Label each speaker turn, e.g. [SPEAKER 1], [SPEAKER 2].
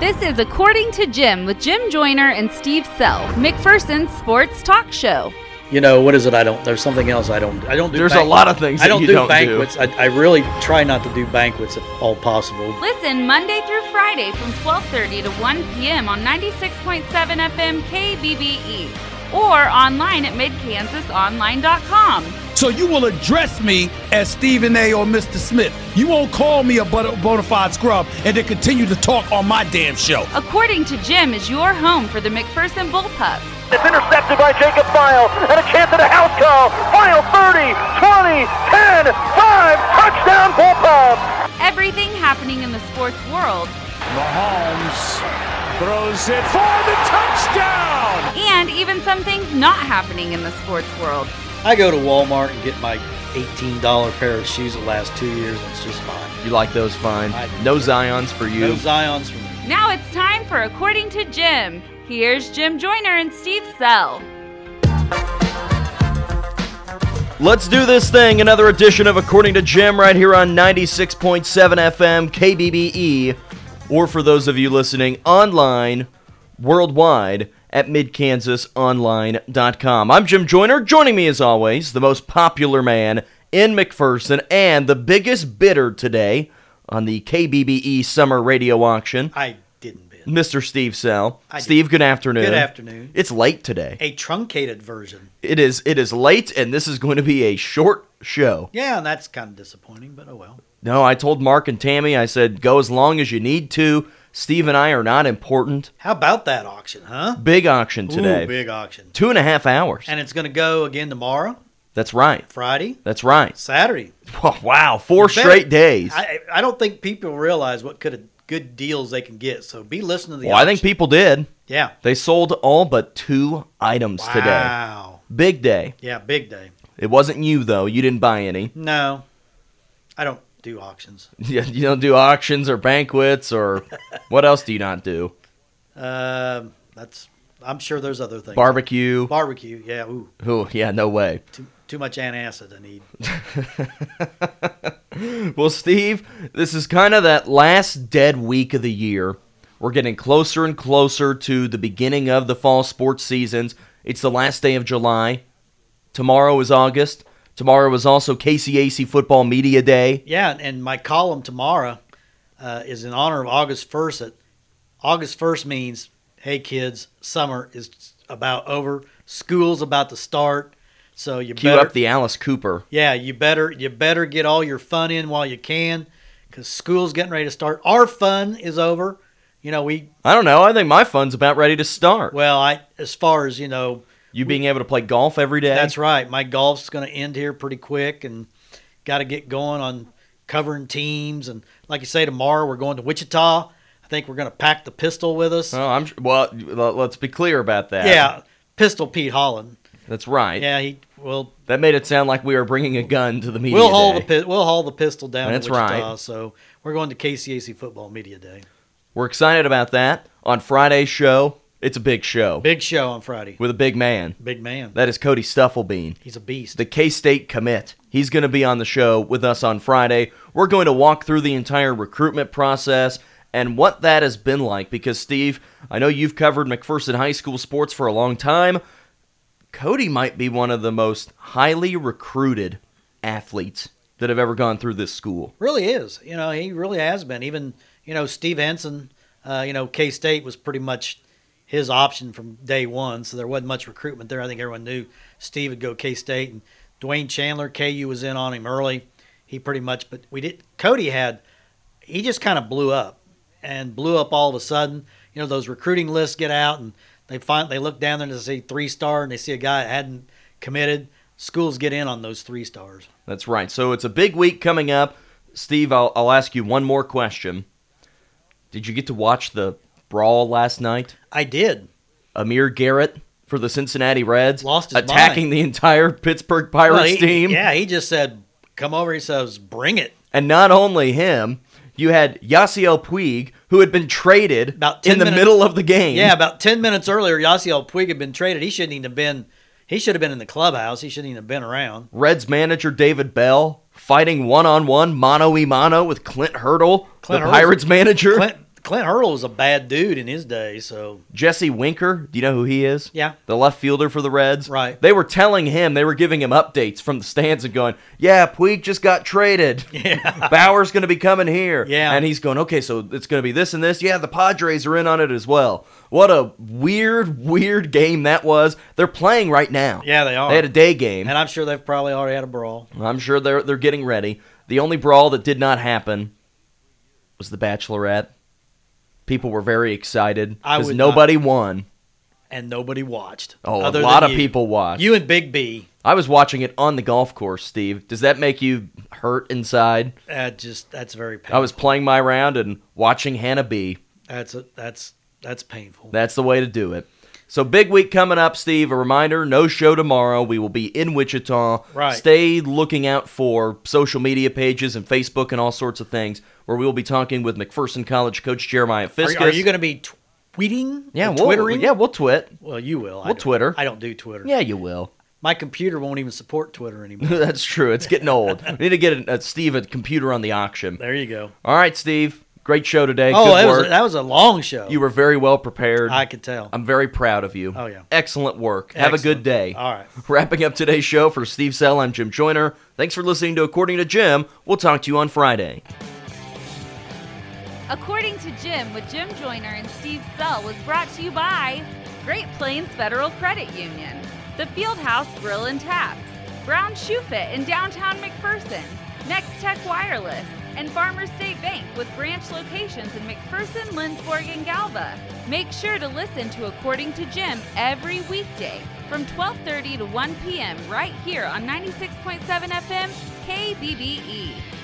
[SPEAKER 1] This is According to Jim with Jim Joyner and Steve Sell, McPherson's sports talk show.
[SPEAKER 2] you know what is it i don't there's something else i don't i don't do
[SPEAKER 3] There's a
[SPEAKER 2] banquets.
[SPEAKER 3] lot of things
[SPEAKER 2] i
[SPEAKER 3] that
[SPEAKER 2] don't
[SPEAKER 3] you
[SPEAKER 2] do
[SPEAKER 3] don't do.
[SPEAKER 2] banquets I, I really try not to do banquets if all possible
[SPEAKER 1] Listen Monday through Friday from 12:30 to 1 p.m. on 96.7 FM KBBE E or online at midkansasonline.com.
[SPEAKER 4] So you will address me as Stephen A. or Mr. Smith. You won't call me a bona bona fide scrub and then continue to talk on my damn show.
[SPEAKER 1] According to Jim is your home for the McPherson Bullpups.
[SPEAKER 5] It's intercepted by Jacob File and a chance at a house call. File 30, 20, 10, 5, touchdown Bullpups.
[SPEAKER 1] Everything happening in the sports world
[SPEAKER 6] Mahomes throws it for the touchdown.
[SPEAKER 1] and even some things not happening in the sports world.
[SPEAKER 2] i go to walmart and get my $18 pair of shoes that last two years and it's just fine
[SPEAKER 3] You like those fine.
[SPEAKER 2] I do.
[SPEAKER 3] No Zions for you.
[SPEAKER 2] no zions for me
[SPEAKER 1] Now it's time for According to Jim. Here's Jim Joyner and Steve Sell.
[SPEAKER 3] Let's do this thing. Another edition of According to Jim right here on 96.7 FM KBBE, E. or for those of you listening online worldwide at midkansasonline.com. I'm Jim Joyner. Joining me as always, the most popular man in McPherson and the biggest bidder today on the KBBE E summer radio auction,
[SPEAKER 2] i didn't bid
[SPEAKER 3] Mr. Steve Sell.
[SPEAKER 2] I did.
[SPEAKER 3] Steve, good afternoon.
[SPEAKER 2] Good afternoon.
[SPEAKER 3] It's late today.
[SPEAKER 2] a truncated version
[SPEAKER 3] It is it is late and this is going to be a short show.
[SPEAKER 2] yeah and that's kind of disappointing but oh well
[SPEAKER 3] No, I told Mark and Tammy, I said, go as long as you need to. Steve and I are not important.
[SPEAKER 2] how about that auction huh
[SPEAKER 3] Big auction today.
[SPEAKER 2] Ooh, big auction
[SPEAKER 3] Two and a half hours.
[SPEAKER 2] and it's going to go again tomorrow
[SPEAKER 3] That's right.
[SPEAKER 2] friday
[SPEAKER 3] That's right.
[SPEAKER 2] saturday
[SPEAKER 3] Oh, wow. Four
[SPEAKER 2] Better-
[SPEAKER 3] straight days. I,
[SPEAKER 2] I, I don't think people realize what could have good deals they can get so be listening to the
[SPEAKER 3] well, I think
[SPEAKER 2] auction.
[SPEAKER 3] people did.
[SPEAKER 2] yeah
[SPEAKER 3] They sold all but two items today.
[SPEAKER 2] wow
[SPEAKER 3] Big day.
[SPEAKER 2] yeah big day
[SPEAKER 3] It wasn't you, though. You didn't buy any.
[SPEAKER 2] No, I don't do auctions.
[SPEAKER 3] You you don't do auctions or banquets or what else do you not do?
[SPEAKER 2] Um, that's I'm sure there's other things.
[SPEAKER 3] Barbecue.
[SPEAKER 2] Barbecue, yeah. Ooh,
[SPEAKER 3] Oh, yeah, no way.
[SPEAKER 2] too, too much antacid I need.
[SPEAKER 3] Well, Steve, this is kind of that last dead week of the year. We're getting closer and closer to the beginning of the fall sports seasons. It's the last day of July. Tomorrow is August. Tomorrow is also KCAC Football Media Day.
[SPEAKER 2] Yeah, and, and my column tomorrow uh, is in honor of August first. At August first means, hey kids, summer is about over. School's about to start, so you
[SPEAKER 3] Cue
[SPEAKER 2] better
[SPEAKER 3] up the Alice Cooper.
[SPEAKER 2] yeah you better you better get all your fun in while you can, because school's getting ready to start. Our fun is over. You know we
[SPEAKER 3] I don't know. I think my fun's about ready to start.
[SPEAKER 2] well I as far as you know
[SPEAKER 3] you being able to play golf every day.
[SPEAKER 2] That's right. My golf's going to end here pretty quick, and got to get going on covering teams. And like you say, tomorrow we're going to Wichita. I think we're going to pack the pistol with us.
[SPEAKER 3] Oh, I'm well. l- Let's be clear about that.
[SPEAKER 2] yeah, Pistol Pete Holland.
[SPEAKER 3] that's right.
[SPEAKER 2] Yeah, he will.
[SPEAKER 3] That made it sound like we were bringing a gun to the media.
[SPEAKER 2] We'll haul the
[SPEAKER 3] day.
[SPEAKER 2] pi- we'll haul the pistol down
[SPEAKER 3] That's
[SPEAKER 2] to Wichita.
[SPEAKER 3] right.
[SPEAKER 2] So we're going to KCAC Football Media Day.
[SPEAKER 3] We're excited about that. On Friday's show, it's a big show
[SPEAKER 2] Big show on Friday.
[SPEAKER 3] with a big man.
[SPEAKER 2] Big man.
[SPEAKER 3] That is Cody Stufflebean,
[SPEAKER 2] He's a beast.
[SPEAKER 3] the K State commit. He's going to be on the show with us on Friday. We're going to walk through the entire recruitment process and what that has been like because, Steve, I know you've covered McPherson High School sports for a long time. Cody might be one of the most highly recruited athletes that have ever gone through this school.
[SPEAKER 2] really is. You know, he really has been. Even you know, Steve Henson. Uh, you know, K State was pretty much his option from day one, so there wasn't much recruitment there. I think everyone knew Steve would go K State, and Dwayne Chandler, KU was in on him early. He pretty much, but we did. Cody had, he just kind of blew up, and blew up all of a sudden. You know, those recruiting lists get out, and they find they look down there and they see three star, and they see a guy that hadn't committed. Schools get in on those three stars.
[SPEAKER 3] That's right. So it's a big week coming up. Steve, I'll, I'll ask you one more question. Did you get to watch the brawl last night?
[SPEAKER 2] I did.
[SPEAKER 3] Amir Garrett for the Cincinnati Reds
[SPEAKER 2] Lost his
[SPEAKER 3] attacking
[SPEAKER 2] mind.
[SPEAKER 3] the entire Pittsburgh Pirates
[SPEAKER 2] Well, he-
[SPEAKER 3] team. Mm-hmm.
[SPEAKER 2] Yeah, he just said, "Come over." He says, "Bring it."
[SPEAKER 3] And not only him, you had Yasiel Puig, who had been traded
[SPEAKER 2] About 10
[SPEAKER 3] in the
[SPEAKER 2] minutes-
[SPEAKER 3] middle of the game.
[SPEAKER 2] Yeah, about ten minutes earlier, Yasiel Puig had been traded. He shouldn't even have been. He should have been in the clubhouse. He shouldn't even have been around.
[SPEAKER 3] Reds manager David Bell fighting one on one, mano y mano with Clint Hurdle,
[SPEAKER 2] Clint
[SPEAKER 3] the
[SPEAKER 2] Hurdle's-
[SPEAKER 3] Pirates manager.
[SPEAKER 2] Clint Clint Hurdle was a bad dude in his day, so
[SPEAKER 3] Jesse Winker, do you know who he is?
[SPEAKER 2] Yeah.
[SPEAKER 3] The left fielder for the Reds.
[SPEAKER 2] Right.
[SPEAKER 3] They were telling him, they were giving him updates from the stands and going, Yeah, Puig just got traded. Yeah. Bauer's gonna be coming here.
[SPEAKER 2] Yeah.
[SPEAKER 3] And he's going, Okay, so it's gonna be this and this. Yeah, the Padres are in on it as well. What a weird, weird game that was. They're playing right now.
[SPEAKER 2] Yeah, they are.
[SPEAKER 3] They had a day game.
[SPEAKER 2] and I'm sure they've probably already had a brawl.
[SPEAKER 3] I'm sure they're they're getting ready. The only brawl that did not happen was the Bachelorette. People were very excited
[SPEAKER 2] I
[SPEAKER 3] because
[SPEAKER 2] would
[SPEAKER 3] nobody won.
[SPEAKER 2] And nobody watched.
[SPEAKER 3] Oh,
[SPEAKER 2] other
[SPEAKER 3] a lot
[SPEAKER 2] than
[SPEAKER 3] of
[SPEAKER 2] you.
[SPEAKER 3] people watched.
[SPEAKER 2] You and Big B,
[SPEAKER 3] I was watching it on the golf course, Steve. Does that make you hurt inside?
[SPEAKER 2] that just that's very painful.
[SPEAKER 3] I was playing my round and watching Hannah B.
[SPEAKER 2] that's a, that's that's painful.
[SPEAKER 3] That's the way to do it. So big week coming up, Steve. A reminder, no show tomorrow. We will be in Wichita.
[SPEAKER 2] Right.
[SPEAKER 3] Stay looking out for social media pages and Facebook and all sorts of things where we will be talking with McPherson College coach Jeremiah
[SPEAKER 2] Are,
[SPEAKER 3] Fiskus.
[SPEAKER 2] are you going to be tweeting?
[SPEAKER 3] yeah,
[SPEAKER 2] Or
[SPEAKER 3] we'll,
[SPEAKER 2] twittering.
[SPEAKER 3] Yeah, we'll twit.
[SPEAKER 2] Well, you will. I
[SPEAKER 3] We'll
[SPEAKER 2] don't-
[SPEAKER 3] Twitter.
[SPEAKER 2] I don't do Twitter.
[SPEAKER 3] Yeah, you will.
[SPEAKER 2] My computer won't even support Twitter anymore.
[SPEAKER 3] That's true. It's getting old. we need to get a, a Steve a computer on the auction.
[SPEAKER 2] there you go.
[SPEAKER 3] All right, Steve. Great show today.
[SPEAKER 2] Oh,
[SPEAKER 3] Good
[SPEAKER 2] that
[SPEAKER 3] work.
[SPEAKER 2] was, a, that was a long show.
[SPEAKER 3] You were very well prepared.
[SPEAKER 2] I could tell.
[SPEAKER 3] I'm very proud of you.
[SPEAKER 2] Oh, yeah.
[SPEAKER 3] Excellent work. Have a
[SPEAKER 2] Excellent.
[SPEAKER 3] good day.
[SPEAKER 2] All right.
[SPEAKER 3] Wrapping up today's show for Steve Sell, I'm Jim Joyner. Thanks for listening to According to Jim. We'll talk to you on Friday.
[SPEAKER 1] According to Jim, with Jim Joyner and Steve Sell was brought to you by Great Plains Federal Credit Union, The Fieldhouse Grill and Taps, Brown Shoe Fit in downtown McPherson, Next Tech Wireless, and Farmers State Bank with branch locations in McPherson, Lindsborg, and Galva. Make sure to listen to According to Jim every weekday from 12:30 to 1 p.m. right here on 96.7 FM KBBE.